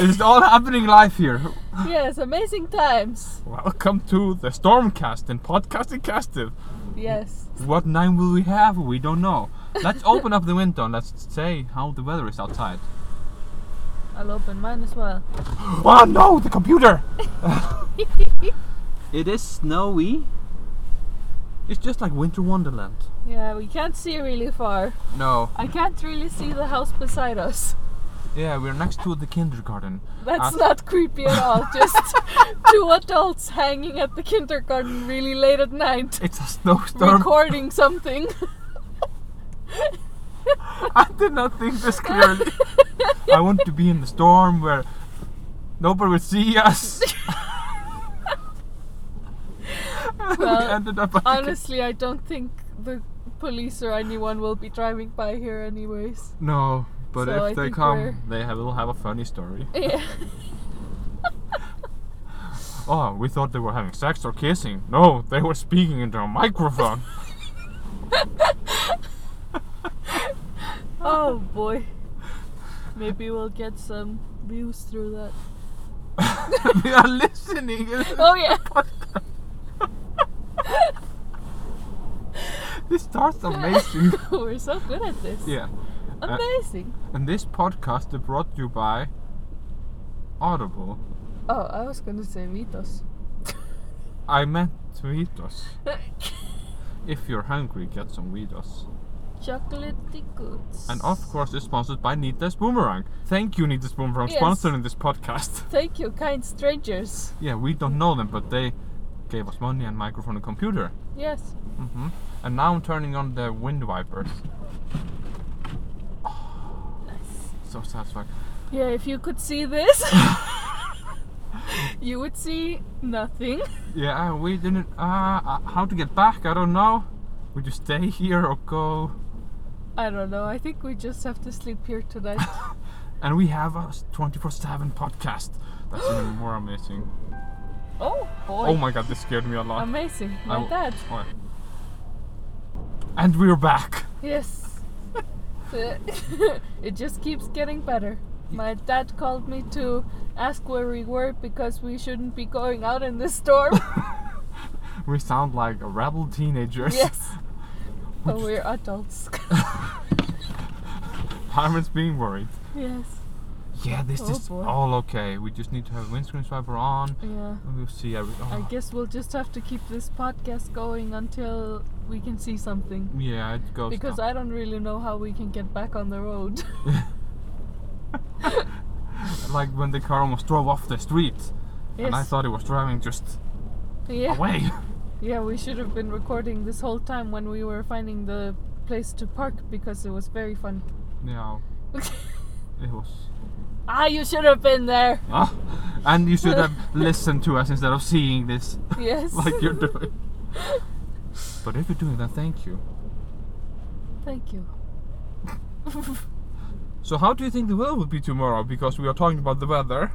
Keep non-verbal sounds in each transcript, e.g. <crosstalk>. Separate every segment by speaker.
Speaker 1: It's all happening live here.
Speaker 2: <laughs> yes, amazing times.
Speaker 1: Welcome to the Stormcast and Podcasting Castive.
Speaker 2: Yes.
Speaker 1: What name will we have? We don't know. <laughs> Let's open up the window and let's say how the weather is outside.
Speaker 2: I'll open mine as well.
Speaker 1: <laughs> Oh no, the computer! <laughs> it is snowy. It's just like Winter Wonderland.
Speaker 2: Yeah, we can't see really far.
Speaker 1: No.
Speaker 2: I can't really see the house beside us.
Speaker 1: Yeah, we're next to the kindergarten.
Speaker 2: That's
Speaker 1: Uh,
Speaker 2: not creepy at all. Just two adults hanging at the kindergarten really late at night,
Speaker 1: It's a snowstorm.
Speaker 2: recording something.
Speaker 1: I did not think this clearly. <laughs> I want to be in the storm where nobody would see us. <laughs> And we
Speaker 2: Well,
Speaker 1: ended up at the kin-
Speaker 2: Honestly, I don't think the police or anyone will be driving by here, anyways. <laughs>
Speaker 1: No, but
Speaker 2: So
Speaker 1: if
Speaker 2: I
Speaker 1: they
Speaker 2: think we're-
Speaker 1: come, they have, will have a funny story.
Speaker 2: Yeah.
Speaker 1: Oh, we thought they were having sex or kissing. No, they were speaking into a microphone. <laughs>
Speaker 2: Oh boy. Maybe we'll get some views through that.
Speaker 1: we are listening.
Speaker 2: <laughs>
Speaker 1: <laughs>
Speaker 2: Oh yeah.
Speaker 1: This starts amazing.
Speaker 2: We're so good at this.
Speaker 1: yeah. Uh,
Speaker 2: Amazing.
Speaker 1: and this podcast is brought to you by Audible.
Speaker 2: Oh, I was gonna say <laughs> Vitos.
Speaker 1: I meant Vitos. If you're hungry, get some Vitos.
Speaker 2: Chocolatey goods.
Speaker 1: And of course, it's sponsored by Nita's Boomerang. Thank you, Nita's Boomerang,
Speaker 2: Yes.
Speaker 1: sponsoring this podcast. <laughs>
Speaker 2: Thank you, kind strangers.
Speaker 1: Yeah, we don't know them, but they gave us money and microphone and computer.
Speaker 2: Yes.
Speaker 1: hmm And now I'm turning on the wind wipers.
Speaker 2: Nice.
Speaker 1: So satisfying.
Speaker 2: Yeah, if you could see this, you would see nothing.
Speaker 1: <laughs> Yeah, we didn't. Uh, uh, how to get back? I don't know. Would you stay <laughs> here or go?
Speaker 2: I don't know. I think we just have to sleep here
Speaker 1: <laughs>
Speaker 2: tonight.
Speaker 1: And we have a 24 7 podcast. That's
Speaker 2: <gasps>
Speaker 1: even more amazing.
Speaker 2: oh boy.
Speaker 1: Oh my god, this scared me a lot.
Speaker 2: Amazing.
Speaker 1: I
Speaker 2: My
Speaker 1: w-
Speaker 2: dad.
Speaker 1: Alright. And we're back. <laughs>
Speaker 2: Yes. <laughs> The- it just keeps getting better. My dad called me to ask where we were because we shouldn't be going out in this storm.
Speaker 1: We sound like a rabble <laughs> teenagers.
Speaker 2: yes. But we're adults. <laughs>
Speaker 1: Parents being worried.
Speaker 2: yes.
Speaker 1: Yeah, this
Speaker 2: Oh
Speaker 1: is
Speaker 2: boy.
Speaker 1: all okay. We just need to have a windscreen swiper on.
Speaker 2: Yeah.
Speaker 1: And we'll see oh. everything.
Speaker 2: I guess we'll just have to keep this podcast going until we can see something.
Speaker 1: Yeah, it goes.
Speaker 2: Because
Speaker 1: down.
Speaker 2: I don't really know how we can get back on the road. <laughs>
Speaker 1: <laughs> like when the car almost drove off the street, and I
Speaker 2: Yes.
Speaker 1: thought "Oh, it was driving just
Speaker 2: yeah.
Speaker 1: away.
Speaker 2: <laughs> Yeah, we should have been recording this whole time when we were finding the place to park because it was very fun. <laughs>
Speaker 1: yeah, it was.
Speaker 2: Ah, you should have been
Speaker 1: <laughs>
Speaker 2: there.
Speaker 1: Ah, and you should have listened to us instead of seeing this <laughs>
Speaker 2: Yes. <laughs>
Speaker 1: like you're doing. But if you're doing that, thank you.
Speaker 2: Thank you.
Speaker 1: So how do you think the weather will be tomorrow? Because we are talking about the weather.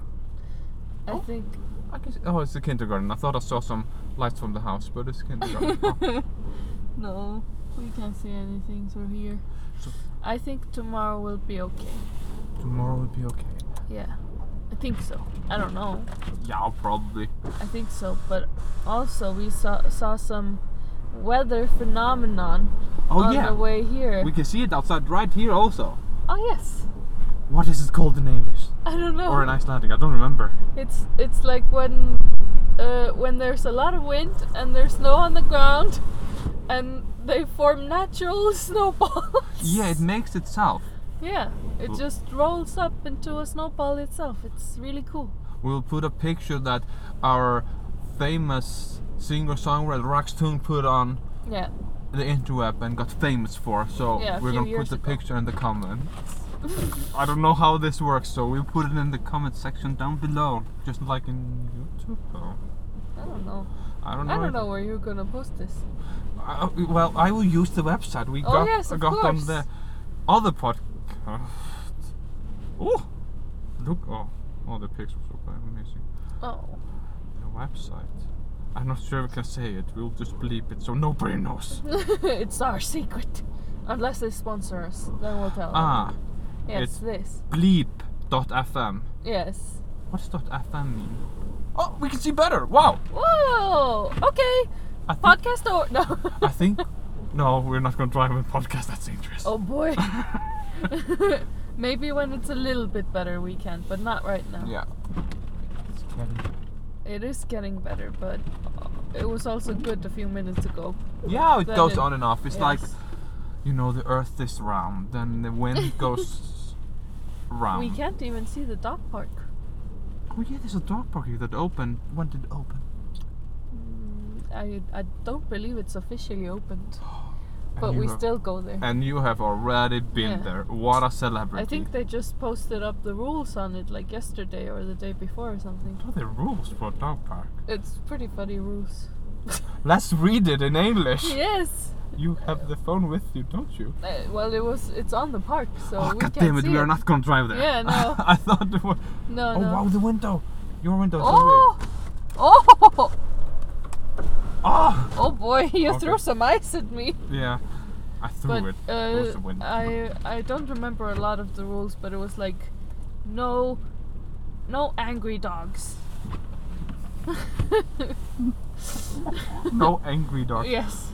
Speaker 1: Oh.
Speaker 2: I think.
Speaker 1: I guess. Oh, it's the kindergarten. I thought I saw some lights from the house, but it's <laughs> kindergarten. Oh.
Speaker 2: <laughs> no, we can't see anything through here.
Speaker 1: So-
Speaker 2: I think tomorrow will be okay.
Speaker 1: Tomorrow will be okay.
Speaker 2: Yeah. I think so. I don't know.
Speaker 1: Yeah, probably.
Speaker 2: I think so, but also we saw saw some weather phenomenon
Speaker 1: Oh
Speaker 2: on
Speaker 1: yeah,
Speaker 2: the way here.
Speaker 1: we can see it outside right here also.
Speaker 2: oh yes.
Speaker 1: What is it called in English?
Speaker 2: I don't know.
Speaker 1: Or in Icelandic, I don't remember.
Speaker 2: It's it's like when uh, when there's a lot of wind and there's snow on the ground and they form natural <laughs> snowballs.
Speaker 1: Yeah, it makes itself.
Speaker 2: Yeah, it
Speaker 1: Well-
Speaker 2: just rolls up into a snowball itself. It's really cool.
Speaker 1: We'll put a picture that our famous singer-songwriter Raxtoon put on
Speaker 2: Yeah.
Speaker 1: the interweb and got famous for. So
Speaker 2: Yeah, a
Speaker 1: we're
Speaker 2: few
Speaker 1: gonna put
Speaker 2: years
Speaker 1: the
Speaker 2: ago.
Speaker 1: picture in the
Speaker 2: <laughs>
Speaker 1: comments. I don't know how this works, so we'll put it in the comment section down below, just like in YouTube. Oh,
Speaker 2: I don't know.
Speaker 1: I don't know.
Speaker 2: I don't
Speaker 1: either.
Speaker 2: know where you're gonna post this.
Speaker 1: I- I- well, I will use the website we
Speaker 2: Oh,
Speaker 1: got
Speaker 2: yes, of
Speaker 1: got on
Speaker 2: course.
Speaker 1: the other podcast. Oh, look! Oh, oh, the pictures are amazing.
Speaker 2: Oh.
Speaker 1: The website. I'm not sure if I can say it. We'll just bleep it so nobody knows.
Speaker 2: <laughs> it's our secret. Unless they sponsor us, then we'll tell them.
Speaker 1: Ah,
Speaker 2: yeah,
Speaker 1: it's-
Speaker 2: it's this.
Speaker 1: bleep.fm.
Speaker 2: Yes.
Speaker 1: What's dot .fm mean? Oh, we can see better. Wow.
Speaker 2: Whoa! Okay.
Speaker 1: I think,
Speaker 2: Podcast or <laughs> no?
Speaker 1: I think. No, we're not going to drive with podcast. That's dangerous. <laughs>
Speaker 2: oh boy. <laughs> Maybe when it's a little bit better we can, but not right now.
Speaker 1: Yeah. It's getting-
Speaker 2: It is getting better, but it was also good a few minutes ago.
Speaker 1: Yeah, it
Speaker 2: Then
Speaker 1: goes
Speaker 2: it-
Speaker 1: on and off. It's like,
Speaker 2: Yes.
Speaker 1: you know, the earth is round, then
Speaker 2: <laughs>
Speaker 1: the wind goes round.
Speaker 2: we can't even see the dog park.
Speaker 1: Oh, yeah, there's a dog park here that opened. When did it open?
Speaker 2: Mm, I I don't believe it's officially
Speaker 1: <gasps>
Speaker 2: opened,
Speaker 1: And
Speaker 2: but
Speaker 1: you
Speaker 2: we
Speaker 1: have-
Speaker 2: still go there.
Speaker 1: And you have already been
Speaker 2: Yeah.
Speaker 1: there. What a celebrity.
Speaker 2: I think they just posted up the rules on it like yesterday or the day before or something.
Speaker 1: What are the rules for a dog park?
Speaker 2: It's pretty funny rules.
Speaker 1: Let's read it in English.
Speaker 2: yes.
Speaker 1: You have the phone with you, don't you?
Speaker 2: Uh, well, it was. It's on the park, so
Speaker 1: oh,
Speaker 2: we
Speaker 1: god
Speaker 2: can't
Speaker 1: damn it,
Speaker 2: see
Speaker 1: we are not gonna drive there.
Speaker 2: Yeah, no.
Speaker 1: <laughs> I thought it was.
Speaker 2: No,
Speaker 1: Oh,
Speaker 2: no.
Speaker 1: wow, the window. Your window is
Speaker 2: oh, oh, <laughs>
Speaker 1: so weird. Oh!
Speaker 2: oh boy! You
Speaker 1: Okay.
Speaker 2: threw some ice at me.
Speaker 1: Yeah. I threw
Speaker 2: But
Speaker 1: it.
Speaker 2: uh,
Speaker 1: was the window.
Speaker 2: I I don't remember a lot of the rules, but it was like, no, no angry dogs.
Speaker 1: No angry dog.
Speaker 2: Yes.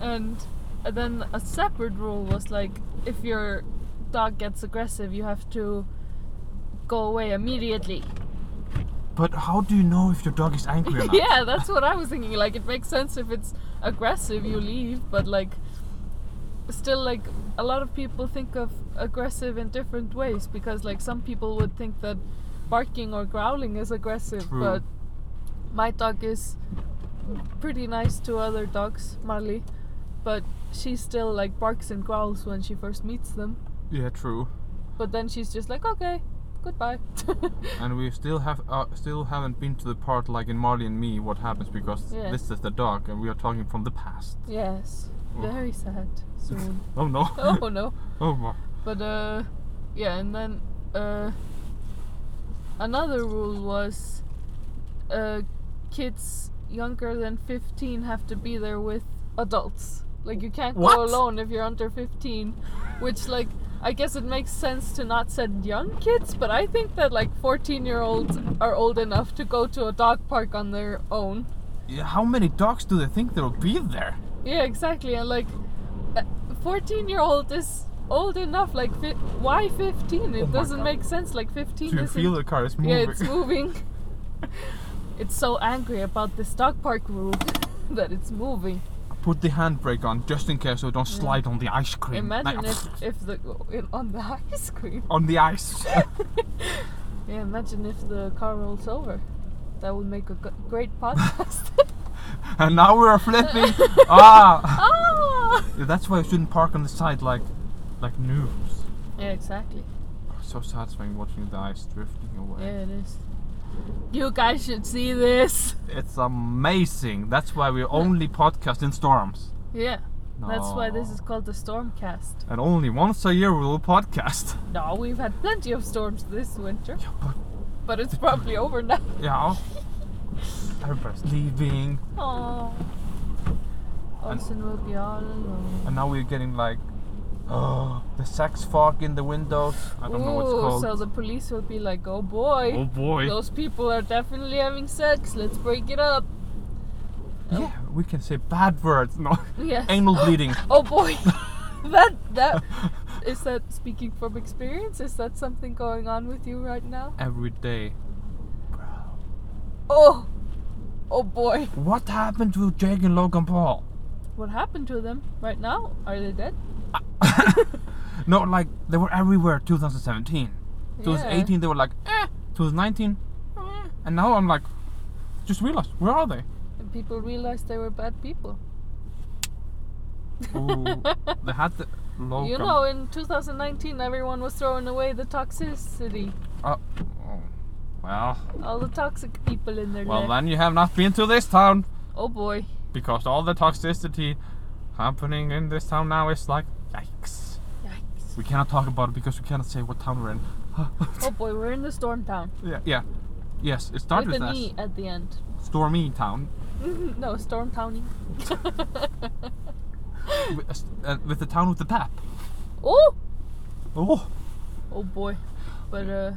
Speaker 2: And then a separate rule was like if your dog gets aggressive, you have to go away immediately.
Speaker 1: But how do you know if your dog is angry or
Speaker 2: <laughs>
Speaker 1: not?
Speaker 2: yeah, that's what I was thinking. Like it makes sense if it's aggressive, you leave, but like still like a lot of people think of aggressive in different ways because like some people would think that barking or growling is aggressive,
Speaker 1: True.
Speaker 2: but my dog is pretty nice to other dogs, Marley, but she still like barks and growls when she first meets them.
Speaker 1: <laughs> Yeah, true.
Speaker 2: But then she's just like, okay, goodbye. <laughs>
Speaker 1: And we still have uh, still haven't been to the part like in Marley and Me what happens because
Speaker 2: Yeah.
Speaker 1: this is the dog and we are talking from the past.
Speaker 2: yes,
Speaker 1: Oh.
Speaker 2: very sad soon.
Speaker 1: <laughs> Oh no.
Speaker 2: oh no.
Speaker 1: <laughs> oh my.
Speaker 2: But uh, yeah, and then uh, another rule was uh, kids younger than 15 have to be there with adults. Like you can't
Speaker 1: What?
Speaker 2: go alone if you're under 15, which like I guess it makes sense to not send young kids, but I think that like 14 year olds are old enough to go to a dog park on their own.
Speaker 1: Yeah, How many dogs do they think there will be there?
Speaker 2: Yeah, exactly. And like, a 14 year old is old enough. Like, fi- why 15? It
Speaker 1: Oh my
Speaker 2: doesn't
Speaker 1: God.
Speaker 2: make sense. Like, 15
Speaker 1: Do you
Speaker 2: is.
Speaker 1: feel the car is moving?
Speaker 2: yeah, it's moving. <laughs> it's so angry about this dog park rule <laughs> that it's moving.
Speaker 1: <laughs> Put the handbrake on just in case so it don't slide on the ice cream.
Speaker 2: Imagine
Speaker 1: Like,
Speaker 2: if, if the in- on the <laughs> ice cream.
Speaker 1: on the
Speaker 2: <laughs>
Speaker 1: ice. <laughs>
Speaker 2: Yeah, imagine if the car rolls over. That would make a g- great podcast. <laughs>
Speaker 1: and now we are flipping. ah.
Speaker 2: ah!
Speaker 1: Yeah, That's why you shouldn't park on the side like like noobs. Oh,
Speaker 2: Yeah, exactly.
Speaker 1: So satisfying watching the ice drifting away.
Speaker 2: Yeah, it is. You guys should see this.
Speaker 1: It's amazing. That's why we only podcast in storms.
Speaker 2: Yeah. That's why this
Speaker 1: No.
Speaker 2: is called the Stormcast.
Speaker 1: And only once a year we will podcast. <laughs>
Speaker 2: No, we've had plenty of storms this winter,
Speaker 1: Yeah, but
Speaker 2: but it's probably over
Speaker 1: <laughs>
Speaker 2: now.
Speaker 1: yeah. Everybody's leaving,
Speaker 2: Oh.
Speaker 1: And-
Speaker 2: Olsen will be all alone.
Speaker 1: and now we're getting like, oh, the sex fog in the windows. I don't know what's
Speaker 2: Ooh,
Speaker 1: called.
Speaker 2: so the police will be like, oh boy,
Speaker 1: oh boy.
Speaker 2: those people are definitely having sex, let's break it up. <laughs>
Speaker 1: Yeah, we can say bad words. No, <laughs>
Speaker 2: Yes.
Speaker 1: anal bleeding.
Speaker 2: <laughs> Oh
Speaker 1: <laughs>
Speaker 2: boy! <laughs> that, that, is that, speaking from experience, is that something going on with you right now?
Speaker 1: Every day. Bro.
Speaker 2: Oh! Oh boy!
Speaker 1: What happened to Jake and Logan Paul? <laughs>
Speaker 2: What happened to them right now? Are they dead?
Speaker 1: No, like they were everywhere. 2017,
Speaker 2: Yeah.
Speaker 1: 2018. They were like, eh. 2019, eh. and now I'm like, just realized where are
Speaker 2: <laughs>
Speaker 1: they?
Speaker 2: And people realized they were bad people.
Speaker 1: Ooh, they had the
Speaker 2: <laughs>
Speaker 1: Logan.
Speaker 2: You know, in 2019, everyone was throwing away the toxicity,
Speaker 1: Oh, well,
Speaker 2: all the toxic people in their
Speaker 1: well
Speaker 2: life.
Speaker 1: then you have not been to this town
Speaker 2: Oh boy.
Speaker 1: because all the toxicity happening in this town now is like, yikes.
Speaker 2: Yikes.
Speaker 1: We cannot talk about it because we cannot say what town we're in. <laughs>
Speaker 2: Oh boy, we're in the storm town
Speaker 1: yeah, yeah, yes. It starts
Speaker 2: with
Speaker 1: with
Speaker 2: an
Speaker 1: S.
Speaker 2: E at the end. <laughs>
Speaker 1: Stormy town
Speaker 2: no, storm
Speaker 1: <laughs>
Speaker 2: towny.
Speaker 1: with, a s- uh, with the town with the tap.
Speaker 2: oh.
Speaker 1: Oh.
Speaker 2: Oh boy. But uh,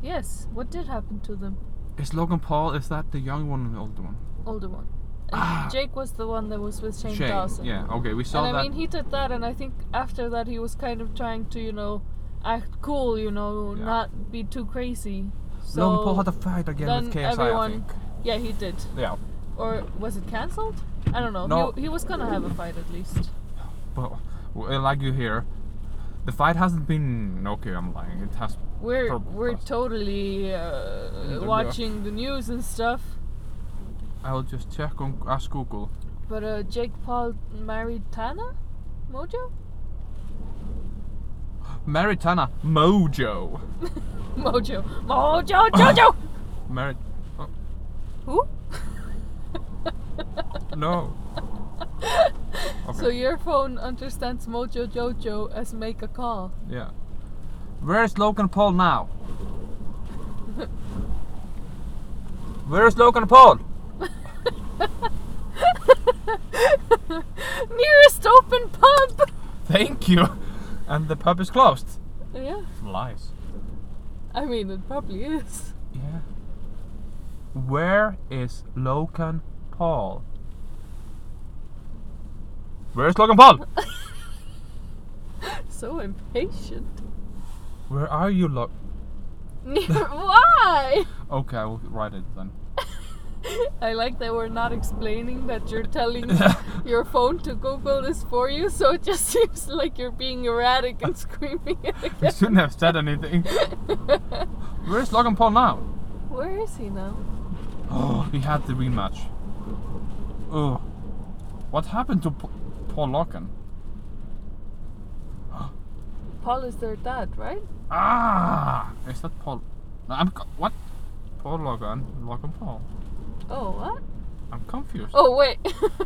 Speaker 2: Yes. What did happen to them?
Speaker 1: Is Logan Paul, is that the young one or the older one?
Speaker 2: Older one. And
Speaker 1: Ah.
Speaker 2: Jake was the one that was with Shane,
Speaker 1: Shane.
Speaker 2: Dawson.
Speaker 1: Yeah, okay, we saw
Speaker 2: And I
Speaker 1: that.
Speaker 2: mean, he did that, and I think after that he was kind of trying to, you know, act cool, you know,
Speaker 1: Yeah.
Speaker 2: not be too crazy. So
Speaker 1: Logan Paul had a fight again
Speaker 2: then
Speaker 1: with KSI, I
Speaker 2: everyone-
Speaker 1: think.
Speaker 2: yeah, he did.
Speaker 1: Yeah,
Speaker 2: Or was it cancelled? I don't know.
Speaker 1: No.
Speaker 2: He, he was gonna have a fight at least.
Speaker 1: but well, like you hear, the fight hasn't been. Okay, I'm lying. It has.
Speaker 2: We're
Speaker 1: Probably
Speaker 2: we're
Speaker 1: cancelled.
Speaker 2: totally
Speaker 1: the
Speaker 2: uh,
Speaker 1: news.
Speaker 2: watching the news and stuff.
Speaker 1: I'll just check on Ask Google.
Speaker 2: But uh, Jake Paul married Tana, Mojo, <laughs>
Speaker 1: Maritana Mojo.
Speaker 2: Mojo,
Speaker 1: <laughs>
Speaker 2: Mojo, Jojo.
Speaker 1: Merit. oh,
Speaker 2: Who?
Speaker 1: No. Okay.
Speaker 2: So your phone understands Mojo Jojo as make a call.
Speaker 1: yeah. Where is Logan Paul now? Where is Logan Paul?
Speaker 2: Nearest open pub.
Speaker 1: Thank you. And the pub is closed.
Speaker 2: Yeah,
Speaker 1: Lies.
Speaker 2: I mean it probably is.
Speaker 1: Yeah. Where is Logan Paul? Where is Logan <laughs> Paul?
Speaker 2: <laughs> So impatient.
Speaker 1: Where are you, Log?
Speaker 2: Near- <laughs> Why?
Speaker 1: Okay, I will write it then.
Speaker 2: I like that we're not explaining that you're <laughs> telling your phone to Google this for you, so it just <laughs> seems like you're being erratic and screaming at the <laughs>
Speaker 1: We shouldn't have said anything.
Speaker 2: camera.
Speaker 1: Where is Logan Paul now?
Speaker 2: Where is he now?
Speaker 1: Oh, we had the rematch. Oh, what happened to P- Paul Logan?
Speaker 2: Paul is their dad, right?
Speaker 1: Ah, is that Paul? No, I'm co- what? Paul Logan, Logan Paul.
Speaker 2: Oh, what?
Speaker 1: I'm confused.
Speaker 2: Oh, wait.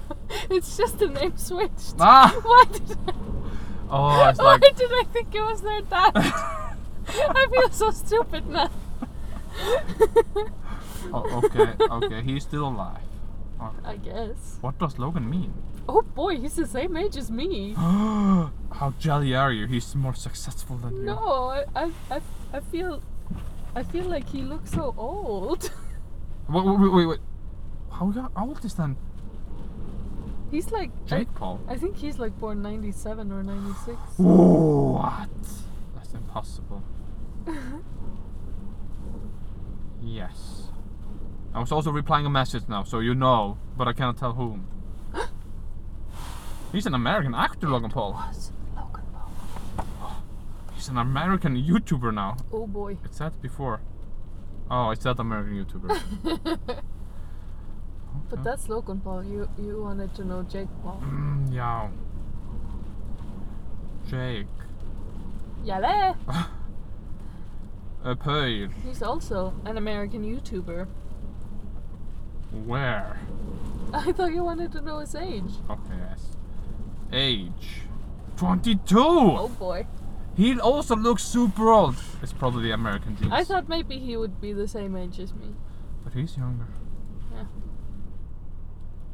Speaker 2: <laughs> it's just the name switched.
Speaker 1: Ah!
Speaker 2: Why did I, <laughs>
Speaker 1: Oh, it's like
Speaker 2: why did I think it was their dad? <laughs> I feel so stupid now.
Speaker 1: <laughs> Oh, okay, okay, he's still alive.
Speaker 2: I guess.
Speaker 1: What does Logan mean?
Speaker 2: Oh boy, he's the same age as me.
Speaker 1: How jolly are you? He's more successful than you.
Speaker 2: No, I, I, I, I feel, I feel like he looks so old. <laughs>
Speaker 1: Wait, wait, wait, wait, wait. How how old is then
Speaker 2: He's like, I,
Speaker 1: Jake Paul?
Speaker 2: I think he's like born '97 or '96.
Speaker 1: What? That's impossible. yes. I was also replying a message now, so you know, but I cannot tell whom. He's an American actor, Logan Paul.
Speaker 2: Was Logan Paul?
Speaker 1: He's an American YouTuber now.
Speaker 2: Oh boy. <laughs>
Speaker 1: It said before. Oh, it's that
Speaker 2: <laughs>
Speaker 1: American YouTuber.
Speaker 2: but
Speaker 1: Okay.
Speaker 2: that's Logan Paul. You you wanted to know Jake Paul?
Speaker 1: Mm, yeah. Jake.
Speaker 2: Yale.
Speaker 1: Uh, Pearl.
Speaker 2: He's also an American YouTuber.
Speaker 1: Where?
Speaker 2: <laughs> I thought you wanted to know his age.
Speaker 1: Okay, yes. Age. 22!
Speaker 2: Oh boy.
Speaker 1: He also looks super old. It's probably the American jeans.
Speaker 2: I thought maybe he would be the same age as me.
Speaker 1: But he's younger.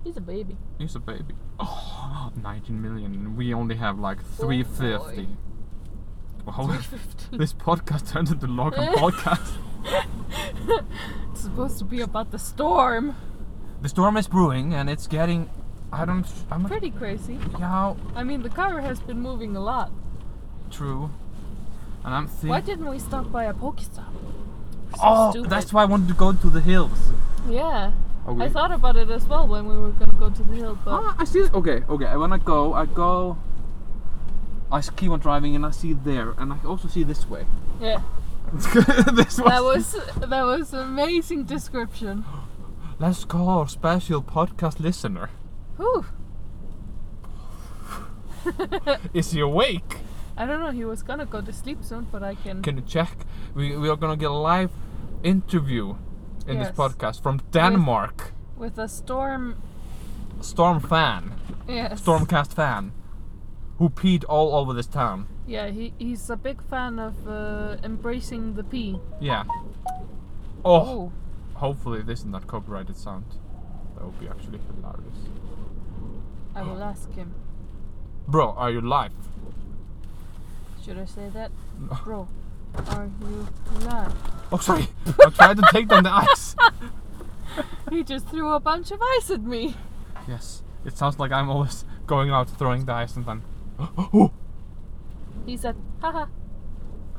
Speaker 2: He's a
Speaker 1: <laughs>
Speaker 2: baby.
Speaker 1: He's a baby. Oh, <gasps> 19 million. and We only have like
Speaker 2: Oh,
Speaker 1: 350. wow.
Speaker 2: 350.
Speaker 1: <laughs> this podcast <laughs> turned into Logan podcast.
Speaker 2: <laughs> it's supposed to be about the storm.
Speaker 1: The storm is brewing and it's getting. I don't. I'm not.
Speaker 2: Pretty crazy.
Speaker 1: Yeah,
Speaker 2: I mean, the car has been moving a lot.
Speaker 1: true. And I'm thinking.
Speaker 2: Why didn't we stop by a Pokestop? We're so
Speaker 1: Oh,
Speaker 2: stupid.
Speaker 1: that's why I wanted to go to the hills.
Speaker 2: Yeah,
Speaker 1: Okay.
Speaker 2: I thought about it as well when we were gonna go to the hill, but
Speaker 1: Ah, I see. Okay, okay. I wanna go. I go. I s- keep on driving and I see there, and I also see this way. <laughs>
Speaker 2: yeah,
Speaker 1: this
Speaker 2: that was that was amazing description.
Speaker 1: Let's call our special podcast listener.
Speaker 2: Whew.
Speaker 1: Is he awake?
Speaker 2: I don't know. He was gonna go to sleep soon, but I can.
Speaker 1: Can you check? We, we are gonna get a live interview in
Speaker 2: Yes.
Speaker 1: this podcast from Denmark.
Speaker 2: with a storm.
Speaker 1: Storm fan,
Speaker 2: Yes.
Speaker 1: Stormcast fan, who peed all over this town.
Speaker 2: Yeah, he, he's a big fan of uh, embracing the pea.
Speaker 1: Yeah. Oh,
Speaker 2: Oh,
Speaker 1: hopefully this is not copyrighted sound. That would be actually hilarious.
Speaker 2: I will ask him.
Speaker 1: Bro, are you live?
Speaker 2: Should I say that, bro? are you glad?
Speaker 1: Oh, sorry. <laughs> I tried to take down the
Speaker 2: <laughs>
Speaker 1: ice.
Speaker 2: He just threw a bunch of ice at me.
Speaker 1: Yes. It sounds like I'm always going out throwing the ice and then. <gasps> Oh,
Speaker 2: He said, haha.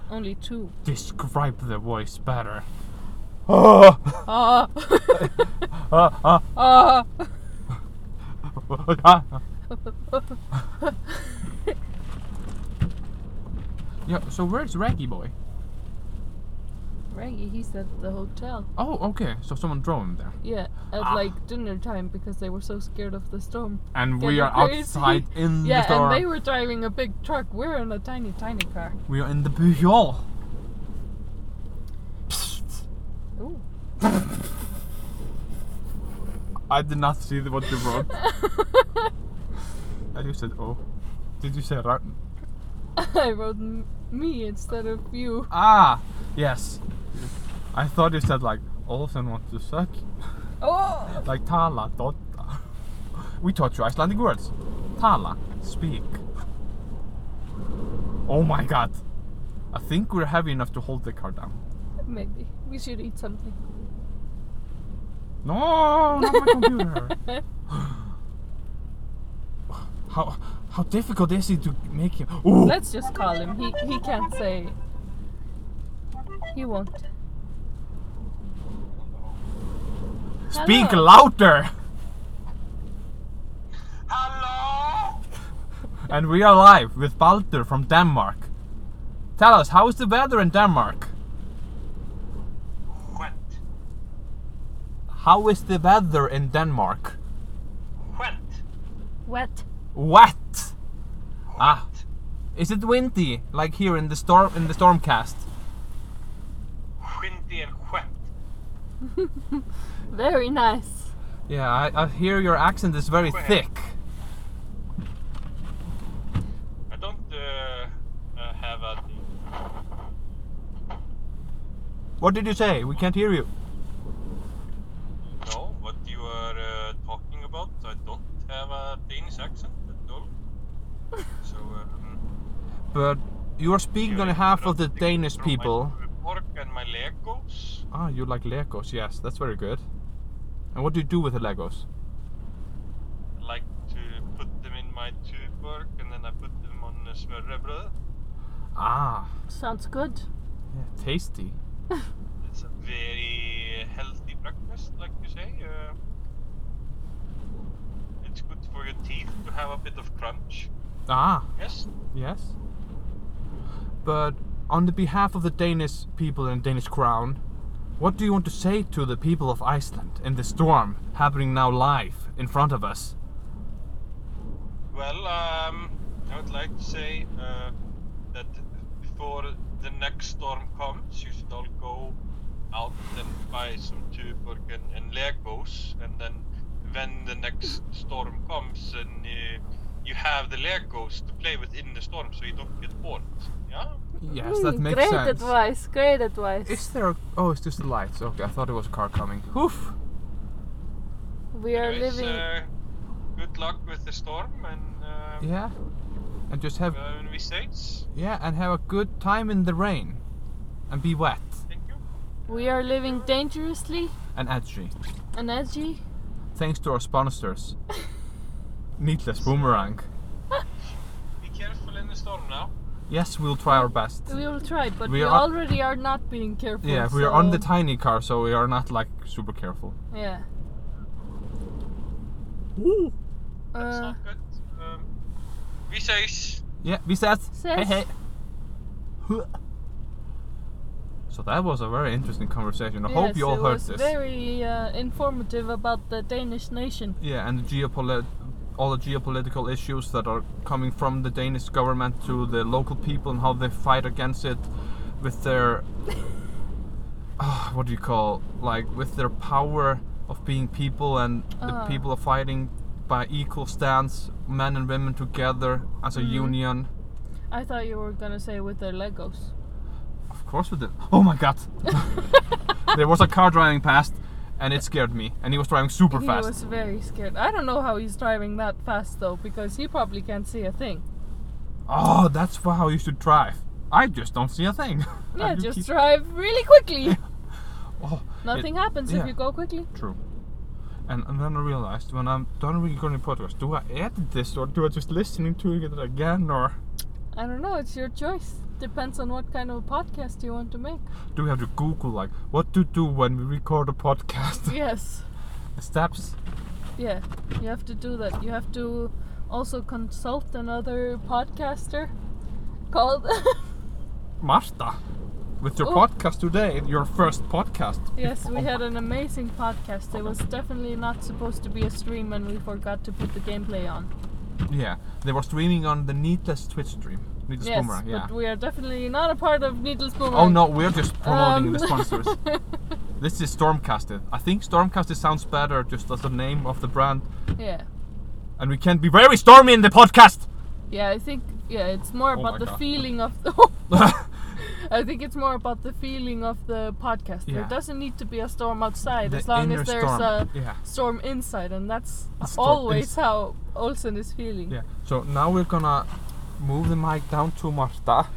Speaker 2: Only two.
Speaker 1: describe the voice
Speaker 2: <laughs>
Speaker 1: better. Oh,
Speaker 2: Ah,
Speaker 1: <laughs> ah, ah,
Speaker 2: ah.
Speaker 1: ah, ah. yeah, so where's Raggy Boy?
Speaker 2: <laughs> Reggie, he's at the hotel.
Speaker 1: Oh, okay. So someone drove him there.
Speaker 2: Yeah, at
Speaker 1: Ah.
Speaker 2: like dinner time because they were so scared of the storm.
Speaker 1: And
Speaker 2: Get
Speaker 1: we
Speaker 2: the
Speaker 1: are
Speaker 2: crazy.
Speaker 1: outside in
Speaker 2: yeah,
Speaker 1: Mm, the store.
Speaker 2: and they were driving a big truck. We're in a tiny, tiny car.
Speaker 1: We are in the Peugeot.
Speaker 2: Ooh.
Speaker 1: I did not see the- what
Speaker 2: <laughs>
Speaker 1: you wrote. I just said, oh. Did you say ra-
Speaker 2: <laughs> I wrote m- me instead of you.
Speaker 1: Ah, yes. I thought you said, like, Olsen wants to suck.
Speaker 2: Oh!
Speaker 1: Like, tala, dotta. We taught you Icelandic words. Tala, speak. Oh my god. I think we're heavy enough to hold the car down.
Speaker 2: Maybe. We should eat something.
Speaker 1: No, not my computer. how how difficult is it to make him? Ooh,
Speaker 2: Let's just call him. He, he can't say. He won't.
Speaker 1: speak
Speaker 2: Hello.
Speaker 1: louder.
Speaker 3: Hello?
Speaker 1: And we are live with Baldur from Denmark. Tell us, how is the weather in Denmark?
Speaker 3: What?
Speaker 1: How is the weather in Denmark?
Speaker 3: What?
Speaker 2: Wet.
Speaker 1: Wet. Ah, is it windy like here in the storm in the stormcast?
Speaker 3: Windy and wet.
Speaker 2: Very nice.
Speaker 1: Yeah, I, I hear your accent is very
Speaker 3: Wet.
Speaker 1: thick.
Speaker 3: I don't uh, uh, have a
Speaker 1: What did you say? We can't hear you.
Speaker 3: know what you are uh, talking about. I don't have a Danish accent at all. So, um,
Speaker 1: But you are speaking on
Speaker 3: you're
Speaker 1: behalf of the
Speaker 3: interrupting
Speaker 1: Danish
Speaker 3: from my
Speaker 1: people.
Speaker 3: Work and my Legos.
Speaker 1: Ah, you like Legos? Yes, that's very good. And what do you do with the Legos?
Speaker 3: I like to put them in my tube work and then I put them on uh, Sverre Brød.
Speaker 1: Ah,
Speaker 2: Sounds good.
Speaker 1: yeah, tasty.
Speaker 3: It's a very healthy breakfast, like you say. Uh, it's good for your teeth to have a bit of crunch.
Speaker 1: Ah,
Speaker 3: Yes.
Speaker 1: yes. But on the behalf of the Danish people and Danish crown, what do you want to say to the people of Iceland in the storm happening now live in front of us?
Speaker 3: Well, um, I would like to say uh, that before the next storm comes, you should all go out and buy some Tuborg and, and Legos, and then when the next storm comes, and uh, you have the Legos to play with in the storm, so you don't get bored. Yeah.
Speaker 1: Yes, that
Speaker 2: Hmm,
Speaker 1: makes
Speaker 2: great
Speaker 1: sense.
Speaker 2: advice. Great advice.
Speaker 1: Is there? A, oh, it's just the lights. Okay, I thought it was a car coming. Oof.
Speaker 2: we are
Speaker 3: Anyways,
Speaker 2: living.
Speaker 3: Uh, good luck with the storm, and uh,
Speaker 1: Yeah. And just have
Speaker 3: uh, in the States.
Speaker 1: yeah, and have a good time in the rain, and be wet
Speaker 3: Thank you.
Speaker 2: We are living dangerously
Speaker 1: and edgy.
Speaker 2: and edgy.
Speaker 1: thanks to our
Speaker 2: <laughs>
Speaker 1: sponsors. Needless Boomerang.
Speaker 3: Be careful in the storm now.
Speaker 1: Yes, we'll try our best.
Speaker 2: We will try, but we,
Speaker 1: We are-
Speaker 2: already are not being careful.
Speaker 1: Yeah, we are on the
Speaker 2: so-
Speaker 1: tiny car, so we are not like super careful.
Speaker 2: Yeah.
Speaker 3: That's
Speaker 2: Uh,
Speaker 3: not good. Um, we says
Speaker 1: Yeah, we said. Hey,
Speaker 2: Says.
Speaker 1: hey.
Speaker 2: <laughs>
Speaker 1: Huh. So that was a very interesting conversation. I hope
Speaker 2: yes,
Speaker 1: you all
Speaker 2: it
Speaker 1: heard
Speaker 2: was
Speaker 1: this.
Speaker 2: Very uh, informative about the Danish nation.
Speaker 1: Yeah, and the geopolit- all the geopolitical issues that are coming from the Danish government to the local people and how they fight against it with their
Speaker 2: <laughs>
Speaker 1: Ah, what do you call like with their power of being people and the
Speaker 2: Ah.
Speaker 1: people are fighting by equal stance, men and women together as a
Speaker 2: Mm-hmm.
Speaker 1: union.
Speaker 2: I thought you were gonna say with their Legos.
Speaker 1: Of course we did. Oh my
Speaker 2: <laughs>
Speaker 1: god. <laughs> there was a car driving past and it scared me and he was driving super
Speaker 2: he
Speaker 1: fast.
Speaker 2: was very scared. I don't know how he's driving that fast though, because he probably can't see a thing.
Speaker 1: Oh, that's how you should drive. I just don't see a thing.
Speaker 2: <laughs> Yeah,
Speaker 1: You
Speaker 2: just
Speaker 1: keep-
Speaker 2: drive really
Speaker 1: <laughs>
Speaker 2: quickly.
Speaker 1: Oh, it-
Speaker 2: Nothing happens
Speaker 1: yeah.
Speaker 2: if you go quickly.
Speaker 1: True. And, and then I realized when I'm done recording podcast, do I edit this or do I just listening to it again or
Speaker 2: I don't know, it's your choice. Depends on what kind of podcast you want to
Speaker 1: <laughs>
Speaker 2: make.
Speaker 1: do we have to Google like what to do when we record a podcast? <laughs>
Speaker 2: yes.
Speaker 1: Steps.
Speaker 2: Yeah, you have to do that. You have to also consult another podcaster called <laughs>
Speaker 1: Marta, with your
Speaker 2: Oh.
Speaker 1: podcast today, your first podcast.
Speaker 2: Yes, we
Speaker 1: Oh
Speaker 2: had
Speaker 1: my-
Speaker 2: an amazing podcast. It was definitely not supposed to be a stream and we forgot to put the gameplay on.
Speaker 1: Yeah, they were streaming on the Needless Twitch stream. Needless
Speaker 2: yes,
Speaker 1: Boomerang, yeah.
Speaker 2: but we are definitely not a part of Needless Boomerang.
Speaker 1: Oh no, we're just promoting
Speaker 2: Um,
Speaker 1: the
Speaker 2: <laughs>
Speaker 1: sponsors. this is Stormcasted. I think Stormcasted sounds better just as the name of the brand.
Speaker 2: yeah.
Speaker 1: And we can be very stormy in the podcast! <laughs>
Speaker 2: Yeah, I think yeah, it's more
Speaker 1: Oh my
Speaker 2: about the
Speaker 1: God.
Speaker 2: feeling of the <laughs> I think it's more about the feeling of the podcast.
Speaker 1: Yeah.
Speaker 2: There doesn't need to be a storm outside
Speaker 1: The
Speaker 2: as long
Speaker 1: inner
Speaker 2: as there's
Speaker 1: storm.
Speaker 2: a
Speaker 1: Yeah.
Speaker 2: storm inside and that's
Speaker 1: A storm
Speaker 2: always
Speaker 1: ins-
Speaker 2: how Olsen is feeling.
Speaker 1: Yeah, so now we're gonna move the mic down to Marta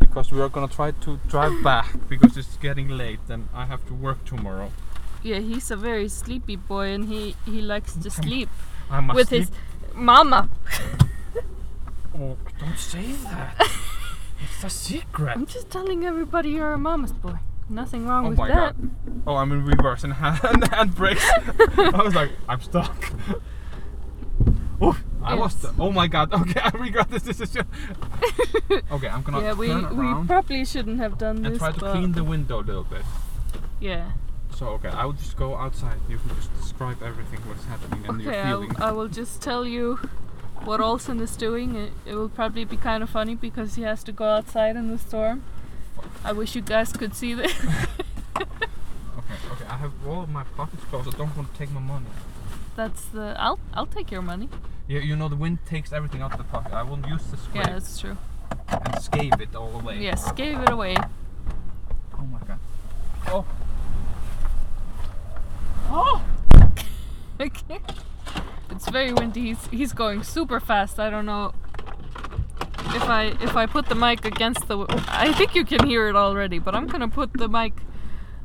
Speaker 1: because we are gonna try to drive back because it's getting late and I have to work tomorrow.
Speaker 2: Yeah, he's a very sleepy boy and he he likes to sleep
Speaker 1: I must
Speaker 2: with his mama.
Speaker 1: Oh, don't say
Speaker 2: <laughs>
Speaker 1: that! it's a secret!
Speaker 2: I'm just telling everybody you're a mama's boy. Nothing wrong
Speaker 1: Oh
Speaker 2: with
Speaker 1: my
Speaker 2: that.
Speaker 1: god. Oh, I'm in reverse and <laughs> hand, and
Speaker 2: <laughs>
Speaker 1: hand brakes. I was like, I'm stuck. <laughs> Oh, I was.
Speaker 2: Yes.
Speaker 1: stu- Oh my god. <laughs> Okay, I regret this
Speaker 2: <laughs>
Speaker 1: decision. okay, I'm gonna
Speaker 2: yeah, we
Speaker 1: turn
Speaker 2: we
Speaker 1: around
Speaker 2: probably shouldn't have done
Speaker 1: and
Speaker 2: this.
Speaker 1: try to
Speaker 2: but
Speaker 1: clean the window a little bit.
Speaker 2: yeah.
Speaker 1: So okay, I will just go outside. You can just describe everything what's happening and
Speaker 2: Okay,
Speaker 1: your
Speaker 2: I, w-
Speaker 1: feeling.
Speaker 2: I will just tell you what Olsen is doing. It, it will probably be kind of funny because he has to go outside in the storm. I wish you guys could see <laughs> this.
Speaker 1: okay, okay. I have all of my pockets closed. I don't want to take my money.
Speaker 2: That's the. I'll I'll take your money.
Speaker 1: Yeah, you know the wind takes everything out of the pocket. I will use the scrape
Speaker 2: Yeah, that's true.
Speaker 1: and scave it all away.
Speaker 2: Yes, gave it away.
Speaker 1: Oh my god. Oh. Oh.
Speaker 2: Okay. <laughs> It's very windy. He's he's going super fast. I don't know if I if I put the mic against the. I think you can hear it already, but I'm gonna put the mic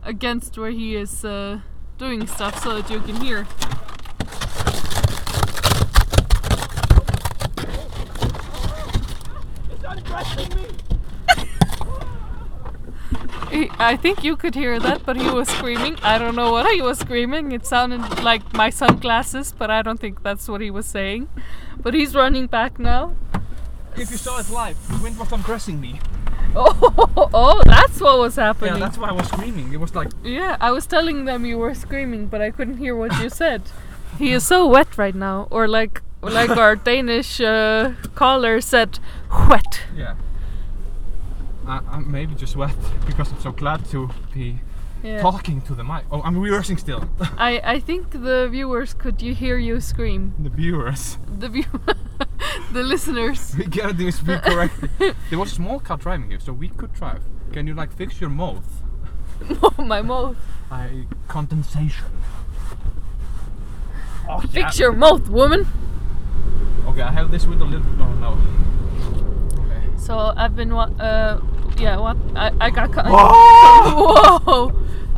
Speaker 2: against where he is uh, doing stuff so that you can hear.
Speaker 1: It's undressing me.
Speaker 2: He, I think you could hear that, but he was screaming. I don't know what he was screaming. It sounded like my sunglasses, but I don't think that's what he was saying. But he's running back now. <laughs>
Speaker 1: If you saw it live, the wind was undressing me.
Speaker 2: Oh, oh, that's what was happening.
Speaker 1: Yeah, that's why I was screaming. It was like,
Speaker 2: Yeah, I was telling them you were screaming, but I couldn't hear what you said. He is so wet right now, or like like our Danish uh, caller said, wet.
Speaker 1: yeah. I, I'm maybe just wet because I'm so glad to be
Speaker 2: Yeah.
Speaker 1: talking to the mic. Oh, I'm rehearsing still. <laughs>
Speaker 2: I I think the viewers could you hear you scream.
Speaker 1: the viewers.
Speaker 2: The view, <laughs> the listeners. <laughs>
Speaker 1: We gotta do speak correctly. there was a small car driving here, so we could drive. Can you like fix your mouth?
Speaker 2: Oh, My mouth.
Speaker 1: I condensation. Oh, yeah.
Speaker 2: Fix your mouth, woman.
Speaker 1: Okay, I have this window a little bit. Oh no.
Speaker 2: <laughs>
Speaker 1: Okay.
Speaker 2: So I've been wa- uh yeah what I I got. Con-
Speaker 1: <laughs> Oh!
Speaker 2: <laughs> Whoa!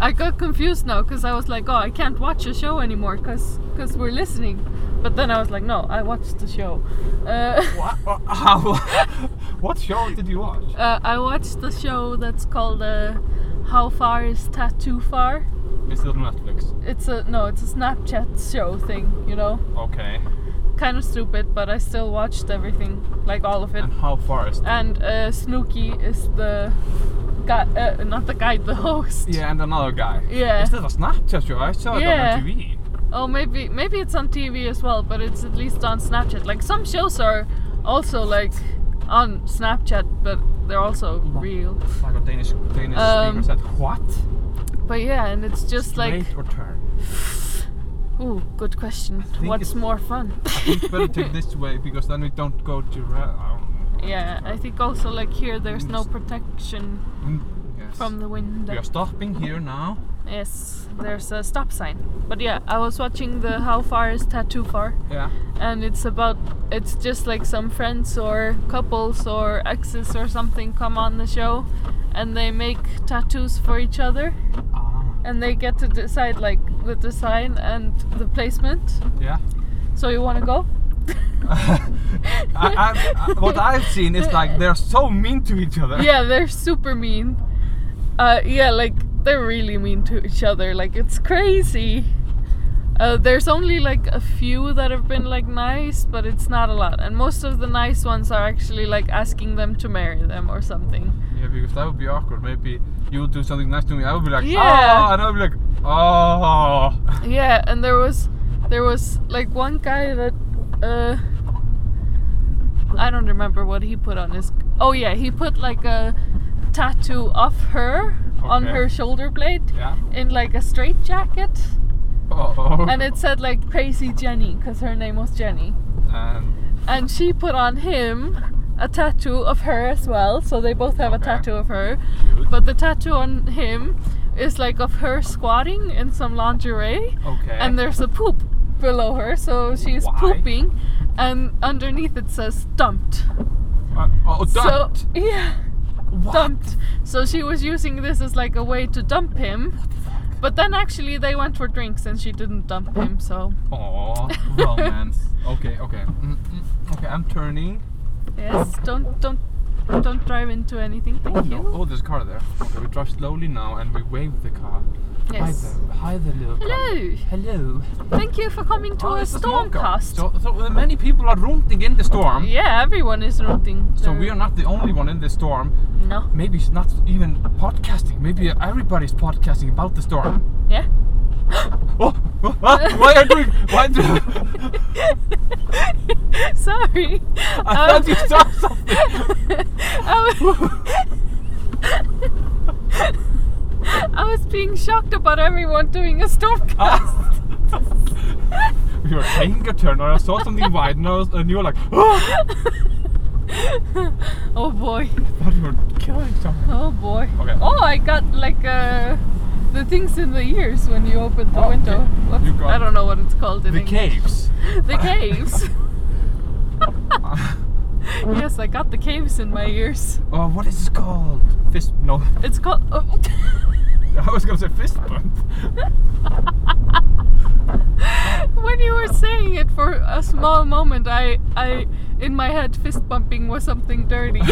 Speaker 2: I got confused now because I was like, oh, I can't watch a show anymore because because we're listening. But then I was like, no, I watched the show. Uh, <laughs>
Speaker 1: What? Uh, <laughs> how? what show did you watch?
Speaker 2: uh, I watched the show that's called uh, "How Far Is Tattoo Far."
Speaker 1: It's still on Netflix.
Speaker 2: It's a no, it's a Snapchat show thing, you know.
Speaker 1: Okay.
Speaker 2: Kind of stupid, but I still watched everything, like all of it.
Speaker 1: And how far is?
Speaker 2: And uh, Snooky is the guy, uh, not the guy, the <laughs> host.
Speaker 1: Yeah, and another guy.
Speaker 2: Yeah.
Speaker 1: Is that a Snapchat show? I saw it
Speaker 2: Yeah.
Speaker 1: on MTV.
Speaker 2: Oh, maybe maybe it's on TV as well, but it's at least on Snapchat. Like some shows are also like on Snapchat, but they're also real.
Speaker 1: Like a Danish Danish
Speaker 2: Um,
Speaker 1: speaker said, what?
Speaker 2: But yeah, and it's just like,
Speaker 1: Straight or turn?
Speaker 2: ooh, good question.
Speaker 1: think
Speaker 2: What's
Speaker 1: it's-
Speaker 2: more fun?
Speaker 1: we
Speaker 2: <laughs>
Speaker 1: better take this way because then we don't go to. Ra- I don't know.
Speaker 2: yeah, I think also like here there's no
Speaker 1: Just-
Speaker 2: protection
Speaker 1: Mm, Yes.
Speaker 2: from the wind.
Speaker 1: we are stopping here now.
Speaker 2: Yes, there's a stop sign. But yeah, I was watching the How Far is Tattoo Far?
Speaker 1: Yeah.
Speaker 2: and it's about it's just like some friends or couples or exes or something come on the show and they make tattoos for each other
Speaker 1: Ah.
Speaker 2: and they get to decide like the design and the placement
Speaker 1: Yeah. <laughs>
Speaker 2: so you want to go
Speaker 1: I, I, I- what I've seen is like they're so mean to each other.
Speaker 2: yeah they're super mean uh, yeah like they're really mean to each other like it's crazy uh, there's only like a few that have been like nice but it's not a lot and most of the nice ones are actually like asking them to marry them or something
Speaker 1: Yeah, because that would be awkward. Maybe you would do something nice to me. I would be like,
Speaker 2: Yeah.
Speaker 1: oh, and I would be like, oh.
Speaker 2: yeah and there was there was like one guy that uh i don't remember what he put on his oh yeah he put like a tattoo of her on
Speaker 1: Okay.
Speaker 2: her shoulder blade
Speaker 1: Yeah.
Speaker 2: in like a straight jacket
Speaker 1: Oh.
Speaker 2: and it said like crazy jenny because her name was jenny
Speaker 1: And
Speaker 2: and she put on him a tattoo of her as well so they both have a
Speaker 1: Okay.
Speaker 2: tattoo of her
Speaker 1: Cute.
Speaker 2: but the tattoo on him is like of her squatting in some lingerie
Speaker 1: okay.
Speaker 2: and there's a poop below her, so she's
Speaker 1: Why?
Speaker 2: pooping, and underneath it says dumped.
Speaker 1: Uh, oh, dumped.
Speaker 2: So yeah,
Speaker 1: What?
Speaker 2: dumped. So she was using this as like a way to dump him, but then actually they went for drinks and she didn't dump him. So
Speaker 1: Aw,
Speaker 2: <laughs>
Speaker 1: romance. okay, okay. Mm, mm, Okay, I'm turning.
Speaker 2: yes, don't don't don't drive into anything. Thank
Speaker 1: Oh,
Speaker 2: you.
Speaker 1: no. Oh, there's a car there. Okay, we drive slowly now and we wave the car.
Speaker 2: Yes.
Speaker 1: Hi there. Hi there, little car.
Speaker 2: Hello.
Speaker 1: Hello.
Speaker 2: Thank you for coming to
Speaker 1: Oh,
Speaker 2: a
Speaker 1: it's a small car.
Speaker 2: stormcast.
Speaker 1: So, so uh, many people are rooting in the storm.
Speaker 2: yeah, everyone is rooting.
Speaker 1: So we are not the only one in the storm.
Speaker 2: No.
Speaker 1: Maybe it's not even podcasting. Maybe everybody's podcasting about the storm.
Speaker 2: Yeah. <laughs>
Speaker 1: Oh, oh, ah, why are you doing? Why do?
Speaker 2: Sorry.
Speaker 1: I
Speaker 2: Um,
Speaker 1: thought you saw something.
Speaker 2: <laughs> I was, <laughs> I was being shocked about everyone doing a stormcast. <laughs>
Speaker 1: We were taking a turn, and I saw something wide, and, I was, and you were like, <gasps> oh,
Speaker 2: oh boy.
Speaker 1: I thought you were killing someone.
Speaker 2: Oh boy.
Speaker 1: Okay.
Speaker 2: Oh, I got like uh, the things in the ears when you opened the
Speaker 1: Oh, okay.
Speaker 2: window. What-
Speaker 1: You got-
Speaker 2: I don't know what it's called in
Speaker 1: The
Speaker 2: English.
Speaker 1: caves.
Speaker 2: <laughs> The caves. <laughs> yes, I got the caves in my ears.
Speaker 1: Oh, what is it called? Fist? No, <laughs>
Speaker 2: It's called. Oh. <laughs>
Speaker 1: I was gonna say fist bump. <laughs>
Speaker 2: when you were saying it for a small moment, I, I, in my head, fist bumping was something dirty. <laughs>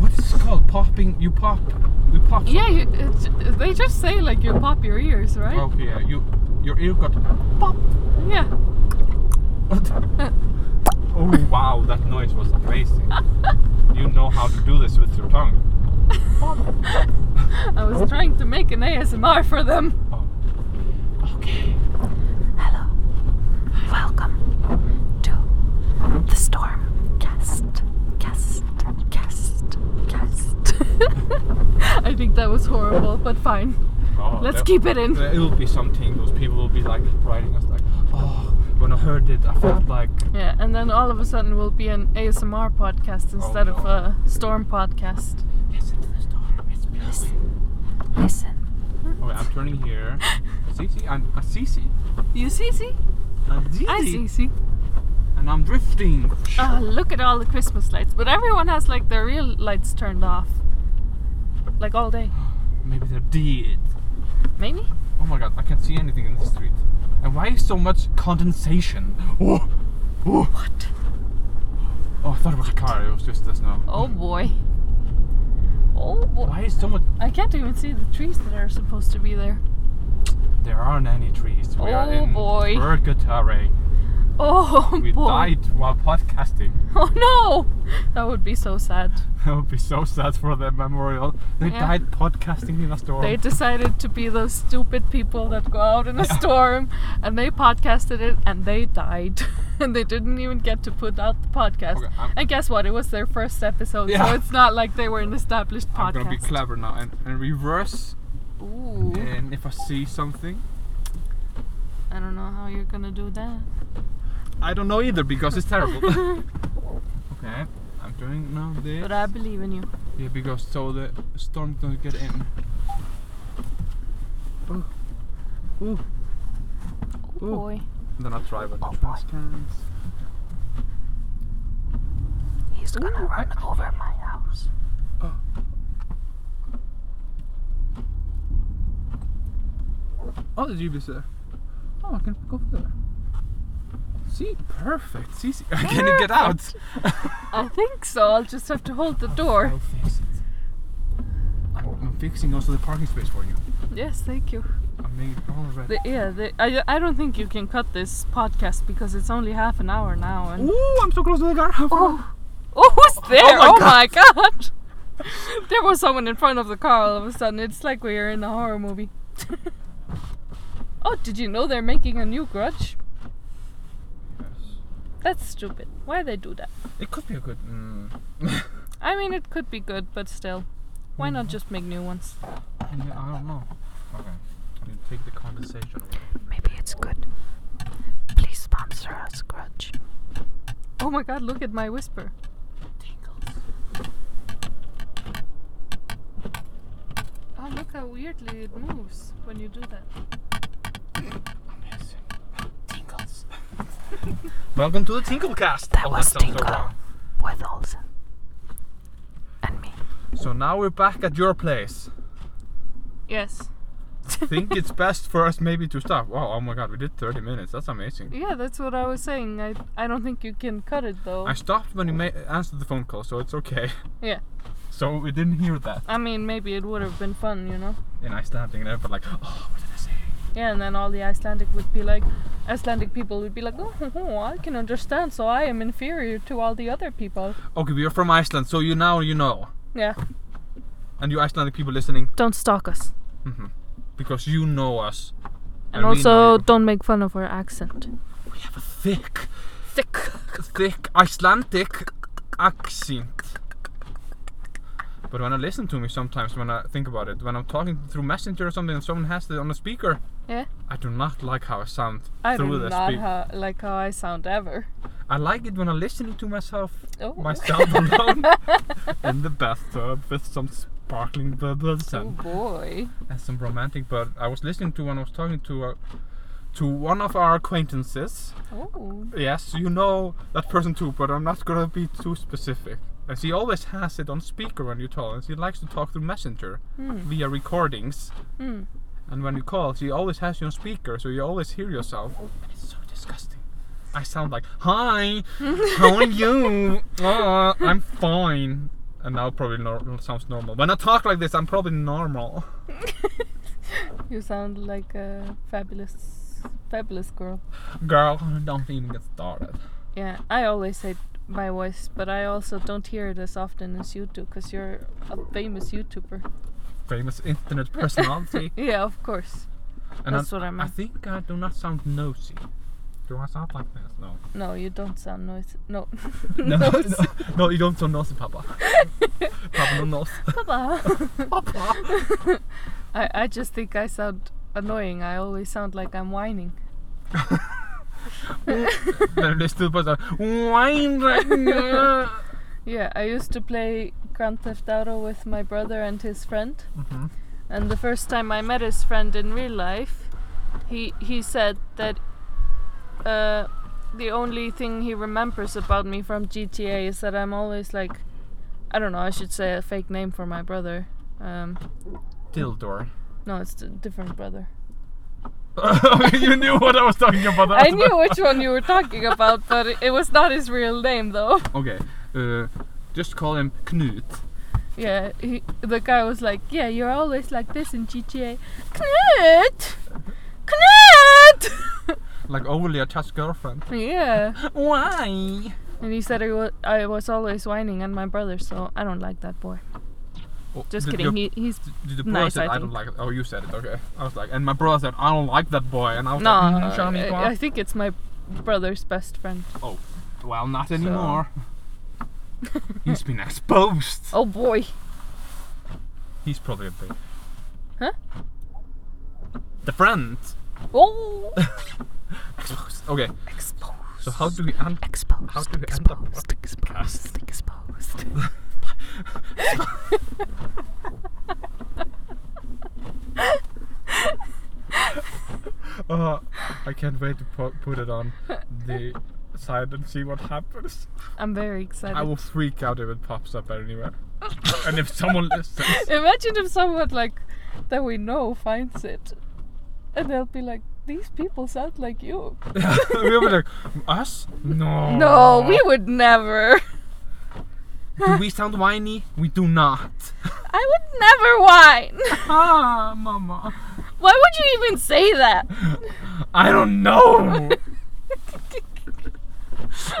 Speaker 1: What is it called? Popping? You pop? You pop?
Speaker 2: yeah, you, it's, they just say like you pop your ears, right?
Speaker 1: Okay. Yeah. You, your ear got <laughs> pop.
Speaker 2: Yeah.
Speaker 1: What? oh wow, that noise was amazing.
Speaker 2: <laughs>
Speaker 1: you know how to do this with your tongue.
Speaker 2: I was trying to make an ASMR for them.
Speaker 1: Oh. Okay.
Speaker 4: Hello. Welcome to the storm cast, cast, cast, cast.
Speaker 2: <laughs> I think that was horrible, but fine.
Speaker 1: Oh,
Speaker 2: Let's
Speaker 1: there-
Speaker 2: keep it in.
Speaker 1: There will be some tingles. People will be like writing us like, oh, when I heard it, I felt like.
Speaker 2: Yeah, and then all of a sudden we'll be an ASMR podcast instead of
Speaker 1: no.
Speaker 2: a storm podcast.
Speaker 1: Listen to the storm. It's blowing.
Speaker 4: Listen,
Speaker 1: Okay, Oh, I'm turning here. Cece, I'm a Cece.
Speaker 2: <laughs> You see, see?
Speaker 1: I'm
Speaker 2: I see, see.
Speaker 1: And I'm drifting.
Speaker 2: Oh, look at all the Christmas lights. But everyone has like their real lights turned off. Like all day.
Speaker 1: Maybe they're dead.
Speaker 2: Maybe?
Speaker 1: Oh my god, I can't see anything in the street. And why is so much condensation? <gasps> Oh, oh. What? Oh, I thought it was a car. It was just the snow.
Speaker 2: Oh boy. Oh boy.
Speaker 1: Why is so much?
Speaker 2: I can't even see the trees that are supposed to be there.
Speaker 1: There aren't any trees. We are
Speaker 2: Oh
Speaker 1: in
Speaker 2: boy.
Speaker 1: purgatory.
Speaker 2: Oh <laughs>
Speaker 1: <laughs> We
Speaker 2: boy.
Speaker 1: died while podcasting. <laughs>
Speaker 2: Oh no! That would be so sad.
Speaker 1: That would be so sad for the memorial. They
Speaker 2: Yeah.
Speaker 1: died podcasting in a storm.
Speaker 2: They decided to be those stupid people that go out in a storm and they podcasted it and they died. <laughs> and they didn't even get to put out the podcast.
Speaker 1: Okay, I'm-
Speaker 2: and guess what? It was their first episode, so
Speaker 1: Yeah.
Speaker 2: it's not like they were an established podcast.
Speaker 1: I'm gonna be clever now and, and reverse.
Speaker 2: Ooh.
Speaker 1: And if I see something,
Speaker 2: I don't know how you're gonna do that.
Speaker 1: I don't know
Speaker 2: <laughs>
Speaker 1: <laughs> either because it's terrible. okay, I'm doing now this.
Speaker 2: But I believe in you.
Speaker 1: Yeah, because so the storm doesn't get in. Ooh. Ooh.
Speaker 4: Oh
Speaker 1: Ooh.
Speaker 4: boy.
Speaker 1: Then I drive on the
Speaker 4: Oh, boy.
Speaker 1: trash cans.
Speaker 4: He's gonna run over my house.
Speaker 1: Oh, the jeep is there. Oh, I can go there. See, perfect. See, <laughs> see. I can get out.
Speaker 2: <laughs> I think so. I'll just have to hold the door.
Speaker 1: I'll fix it. I'm, I'm fixing also the parking space for you.
Speaker 2: Yes, thank you.
Speaker 1: I'm making it all red.
Speaker 2: The, yeah, the, I, I don't think you can cut this podcast because it's only half an hour now. And
Speaker 1: Ooh, I'm so close to the car.
Speaker 2: Oh. oh, who's there?
Speaker 1: my
Speaker 2: Oh my god! <laughs> there was someone in front of the car all of a sudden. It's like we are in a horror movie. <laughs> oh, did you know they're making a new Grudge? That's stupid. Why they do that?
Speaker 1: It could be a good. Mm. <laughs>
Speaker 2: I mean, it could be good, but still, why not just make new ones?
Speaker 1: Yeah, I don't know. Okay. I need to take the condensation away.
Speaker 4: Maybe it's good. Please sponsor us, Grudge.
Speaker 2: Oh my god! Look at my whisper. Tingles. Oh look how weirdly it moves when you do that.
Speaker 1: Amazing. Tinkles. <laughs> Welcome to the Tinklecast.
Speaker 4: That
Speaker 1: Oh,
Speaker 4: was
Speaker 1: sounds so
Speaker 4: Tinkle
Speaker 1: wrong.
Speaker 4: with Olsen. And me.
Speaker 1: So now we're back at your place.
Speaker 2: Yes.
Speaker 1: think it's best for us maybe to stop. Wow, oh my god, we did 30 minutes. That's amazing.
Speaker 2: Yeah, that's what I was saying. I I don't think you can cut it though.
Speaker 1: I stopped when you ma- answered the phone call, so it's okay.
Speaker 2: Yeah.
Speaker 1: So we didn't hear that.
Speaker 2: I mean, maybe it would have been fun, you know.
Speaker 1: And I standing there, but like, oh, what did I say?
Speaker 2: Yeah, and then all the Icelandic would be like, Icelandic people would be like, oh, ho, ho, I can understand, so I am inferior to all the other people.
Speaker 1: Okay, we are from Iceland, so you now you know.
Speaker 2: Yeah.
Speaker 1: And you Icelandic people listening,
Speaker 2: Don't stalk us,
Speaker 1: mhm, because you know us.
Speaker 2: and,
Speaker 1: we know
Speaker 2: also
Speaker 1: you.
Speaker 2: don't make fun of our accent.
Speaker 1: we have a thick,
Speaker 2: Thick.
Speaker 1: thick Icelandic accent. But when I listen to me sometimes, when I think about it, when I'm talking through Messenger or something, and someone has it on a speaker,
Speaker 2: Yeah.
Speaker 1: I do not like how I sound
Speaker 2: I
Speaker 1: through
Speaker 2: do
Speaker 1: the
Speaker 2: not
Speaker 1: speaker.
Speaker 2: ha- like how I sound ever.
Speaker 1: I like it when I'm listening to myself,
Speaker 2: Oh.
Speaker 1: myself alone in the bathtub with some sparkling bubbles
Speaker 2: Oh
Speaker 1: and,
Speaker 2: boy.
Speaker 1: and some romantic. But I was listening to when I was talking to uh, to one of our acquaintances.
Speaker 2: Oh.
Speaker 1: Yes, you know that person too, but I'm not gonna be too specific. And she always has it on speaker when you talk, and she likes to talk through messenger
Speaker 2: Hmm.
Speaker 1: via recordings.
Speaker 2: Hmm.
Speaker 1: And when you call, she always has you on speaker, so you always hear yourself.
Speaker 2: Oh,
Speaker 1: And it's so disgusting. I sound like, "Hi, how are
Speaker 2: <laughs>
Speaker 1: you? Uh, I'm fine." And now probably nor- sounds normal. When I talk like this, I'm probably normal.
Speaker 2: You sound like a fabulous, fabulous girl.
Speaker 1: Girl, don't even get started.
Speaker 2: Yeah, I always hate my voice, but I also don't hear it as often as you do, because you're a famous YouTuber. <laughs>
Speaker 1: Famous internet personality.
Speaker 2: Yeah, of course.
Speaker 1: And
Speaker 2: That's what I
Speaker 1: I
Speaker 2: meant.
Speaker 1: think I do not sound nosy. Do I sound like this?
Speaker 2: <laughs>
Speaker 1: No.
Speaker 2: No, you don't sound noisy. No.
Speaker 1: <laughs>
Speaker 2: <laughs>
Speaker 1: No, no, no, you don't sound nosy, Papa. Papa
Speaker 2: <laughs>
Speaker 1: no nos.
Speaker 2: Papa.
Speaker 1: Papa.
Speaker 2: <laughs> I, I just think I sound annoying. I always sound like I'm whining.
Speaker 1: Then they still put wine right now.
Speaker 2: Yeah, I used to play Grand Theft Auto with my brother and his friend.
Speaker 1: Mhm.
Speaker 2: And the first time I met his friend in real life, he he said that uh, the only thing he remembers about me from GTA is that I'm always like, I don't know, I should say a fake name for my brother. Um,
Speaker 1: Dildor.
Speaker 2: no, it's a different brother.
Speaker 1: <laughs> you knew what I was talking about.
Speaker 2: I knew which one you were talking about, but it, it was not his real name though.
Speaker 1: Okay, uh, just call him Knut.
Speaker 2: Yeah, he, the guy was like, yeah, you're always like this in GTA. Knut! Knut! <laughs>
Speaker 1: Like oh, overly attached girlfriend.
Speaker 2: yeah.
Speaker 1: Why?
Speaker 2: And he said I was, I was always whining on my brother, so I don't like that boy.
Speaker 1: Oh,
Speaker 2: Just
Speaker 1: did
Speaker 2: kidding.
Speaker 1: Your,
Speaker 2: He, he's
Speaker 1: did the boy
Speaker 2: nice,
Speaker 1: said
Speaker 2: I
Speaker 1: I, don't
Speaker 2: think.
Speaker 1: like it. Oh, you said it. Okay. I was like, and my brother said I don't like that boy, and I was
Speaker 2: no.
Speaker 1: like, mm, show me
Speaker 2: I, I think it's my brother's best friend.
Speaker 1: Oh, well,
Speaker 2: <laughs>
Speaker 1: not anymore. He's been exposed.
Speaker 2: Oh boy.
Speaker 1: He's probably a big.
Speaker 2: Huh?
Speaker 1: The friend. <laughs>
Speaker 2: Oh.
Speaker 1: Exposed. <laughs> Okay.
Speaker 4: Exposed.
Speaker 1: So how do we end?
Speaker 4: Exposed.
Speaker 1: How do we end up-
Speaker 4: exposed. Exposed. Exposed.
Speaker 1: <laughs>
Speaker 2: <laughs>
Speaker 1: <laughs> oh, I can't wait to pu- put it on the side and see what happens.
Speaker 2: I'm very excited.
Speaker 1: I will freak out if it pops
Speaker 2: <laughs>
Speaker 1: up anywhere. <laughs> and if someone listens.
Speaker 2: Imagine if someone like that we know finds it, and they'll be like, "These people sound like
Speaker 1: <laughs>
Speaker 2: you."
Speaker 1: we were like, us? No.
Speaker 2: No, we would never.
Speaker 1: Do we sound whiny? We do
Speaker 2: <laughs>
Speaker 1: not.
Speaker 2: I would never whine. <laughs>
Speaker 1: ah, mama.
Speaker 2: Why would you even say
Speaker 1: <laughs>
Speaker 2: that?
Speaker 1: I don't know.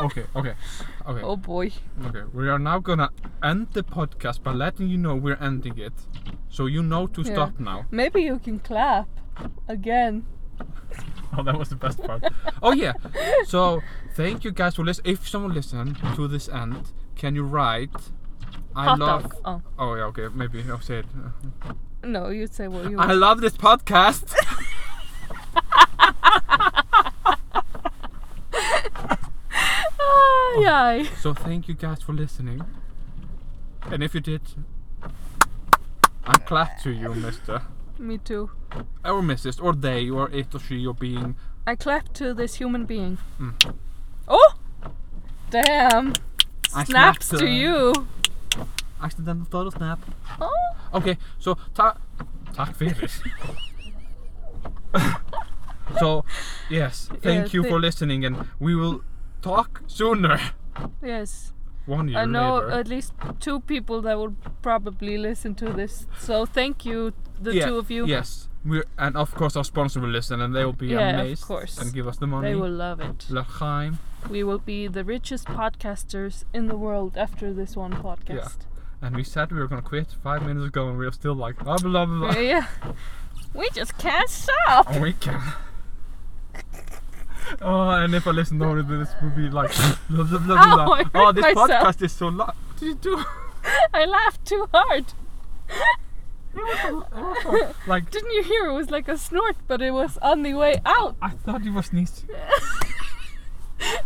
Speaker 1: okay, okay, okay,
Speaker 2: Oh boy.
Speaker 1: okay. We are now gonna end the podcast by letting you know we're ending it, so you know to
Speaker 2: Yeah.
Speaker 1: stop now.
Speaker 2: Maybe you can clap again.
Speaker 1: <laughs> Oh, that was the best part. oh yeah. So thank you guys for listening. If someone listened to this end, can you write? I
Speaker 2: Hot
Speaker 1: love.
Speaker 2: dog. Oh
Speaker 1: Oh yeah. Okay. Maybe I'll say it. <laughs>
Speaker 2: no, you say what you.
Speaker 1: I
Speaker 2: want.
Speaker 1: love this podcast. <laughs>
Speaker 2: Ay, ay.
Speaker 1: so thank you guys for listening. And if you did, I'm glad to you, Mister
Speaker 2: Me too.
Speaker 1: or Mrs. or they or it or she or being.
Speaker 2: I clapped to this human being.
Speaker 1: Mm.
Speaker 2: Oh, damn!
Speaker 1: I
Speaker 2: Snaps
Speaker 1: snapped,
Speaker 2: to
Speaker 1: uh,
Speaker 2: you.
Speaker 1: Accidental total snap.
Speaker 2: Oh,
Speaker 1: Okay, so ta- tack fyrir. so yes, thank
Speaker 2: Yeah,
Speaker 1: you for
Speaker 2: thi-
Speaker 1: listening, and we will talk sooner.
Speaker 2: yes.
Speaker 1: One year
Speaker 2: I know uh,
Speaker 1: later.
Speaker 2: at least two people that will probably listen to this. So thank you, the
Speaker 1: Yeah,
Speaker 2: two of you.
Speaker 1: Yes, we're and of course our sponsor will listen, and they will be
Speaker 2: Yeah, of
Speaker 1: amazed
Speaker 2: course.
Speaker 1: and give us the money.
Speaker 2: They will love it.
Speaker 1: L'chaim.
Speaker 2: We will be the richest podcasters in the world after this one podcast.
Speaker 1: And we said we were gonna quit five minutes ago, and we are still like blah blah blah.
Speaker 2: Yeah.
Speaker 1: <laughs>
Speaker 2: We just can't stop.
Speaker 1: and we can. oh, and if I listen to it, this would be like blah blah blah
Speaker 2: Ow,
Speaker 1: blah.
Speaker 2: I
Speaker 1: oh,
Speaker 2: hurt
Speaker 1: this
Speaker 2: myself.
Speaker 1: podcast is so long. What did you do? <laughs>
Speaker 2: I laughed too hard.
Speaker 1: It was awful. like
Speaker 2: Didn't you hear? It was like a snort, but it was on the way out.
Speaker 1: I thought you were sneezing.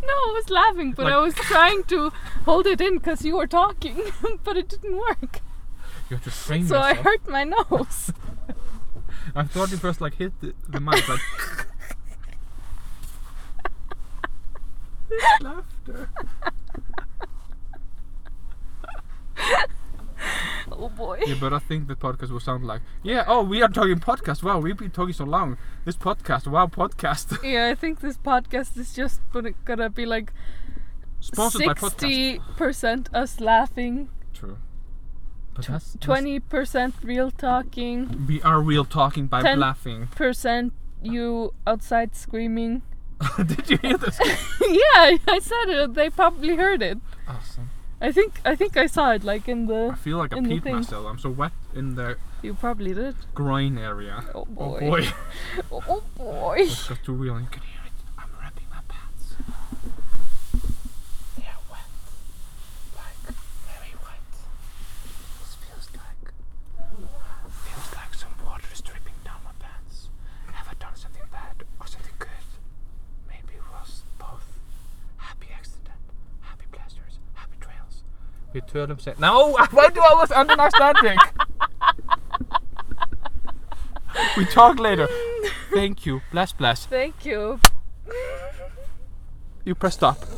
Speaker 2: No, I was laughing, but I
Speaker 1: Like-
Speaker 2: was trying to hold it in because you were talking, <laughs> but it didn't work.
Speaker 1: You have to frame
Speaker 2: So I
Speaker 1: yourself.
Speaker 2: hurt my
Speaker 1: <laughs>
Speaker 2: nose.
Speaker 1: I thought you first like hit the, the mic
Speaker 2: <laughs>
Speaker 1: like. laughter.
Speaker 2: oh boy.
Speaker 1: Yeah, but I think the podcast will sound like yeah. Oh, we are talking podcast. Wow, we've been talking so long. This podcast. Wow, podcast. <laughs>
Speaker 2: Yeah, I think this podcast is just gonna- gonna be like
Speaker 1: Sponsored by podcast.
Speaker 2: sixty percent us laughing,
Speaker 1: True. But that's, that's-
Speaker 2: twenty percent real talking,
Speaker 1: We are real talking by
Speaker 2: Ten-
Speaker 1: laughing.
Speaker 2: percent you outside screaming. <laughs>
Speaker 1: <laughs> Did you hear this?
Speaker 2: yeah, I said it. They probably heard it.
Speaker 1: awesome.
Speaker 2: I think I think I saw it like in
Speaker 1: I
Speaker 2: the.
Speaker 1: feel like I
Speaker 2: In the
Speaker 1: peed
Speaker 2: thing.
Speaker 1: myself. I'm so wet in the
Speaker 2: You probably did.
Speaker 1: groin area.
Speaker 2: Oh
Speaker 1: Oh
Speaker 2: boy.
Speaker 1: boy.
Speaker 2: <laughs> Oh boy.
Speaker 1: It's got too real. You can hear it. I'm wrapping my pants. They're wet. Like, very wet. This feels like. Feels like some water is dripping down my pants. Have I done something bad or something good? Maybe it was both. Happy accident, happy blasters, happy trails. We turn them say, No! <laughs> Why do I always end on Icelandic? <laughs> we talk later. Thank you. Bless, bless.
Speaker 2: Thank you.
Speaker 1: You press stop.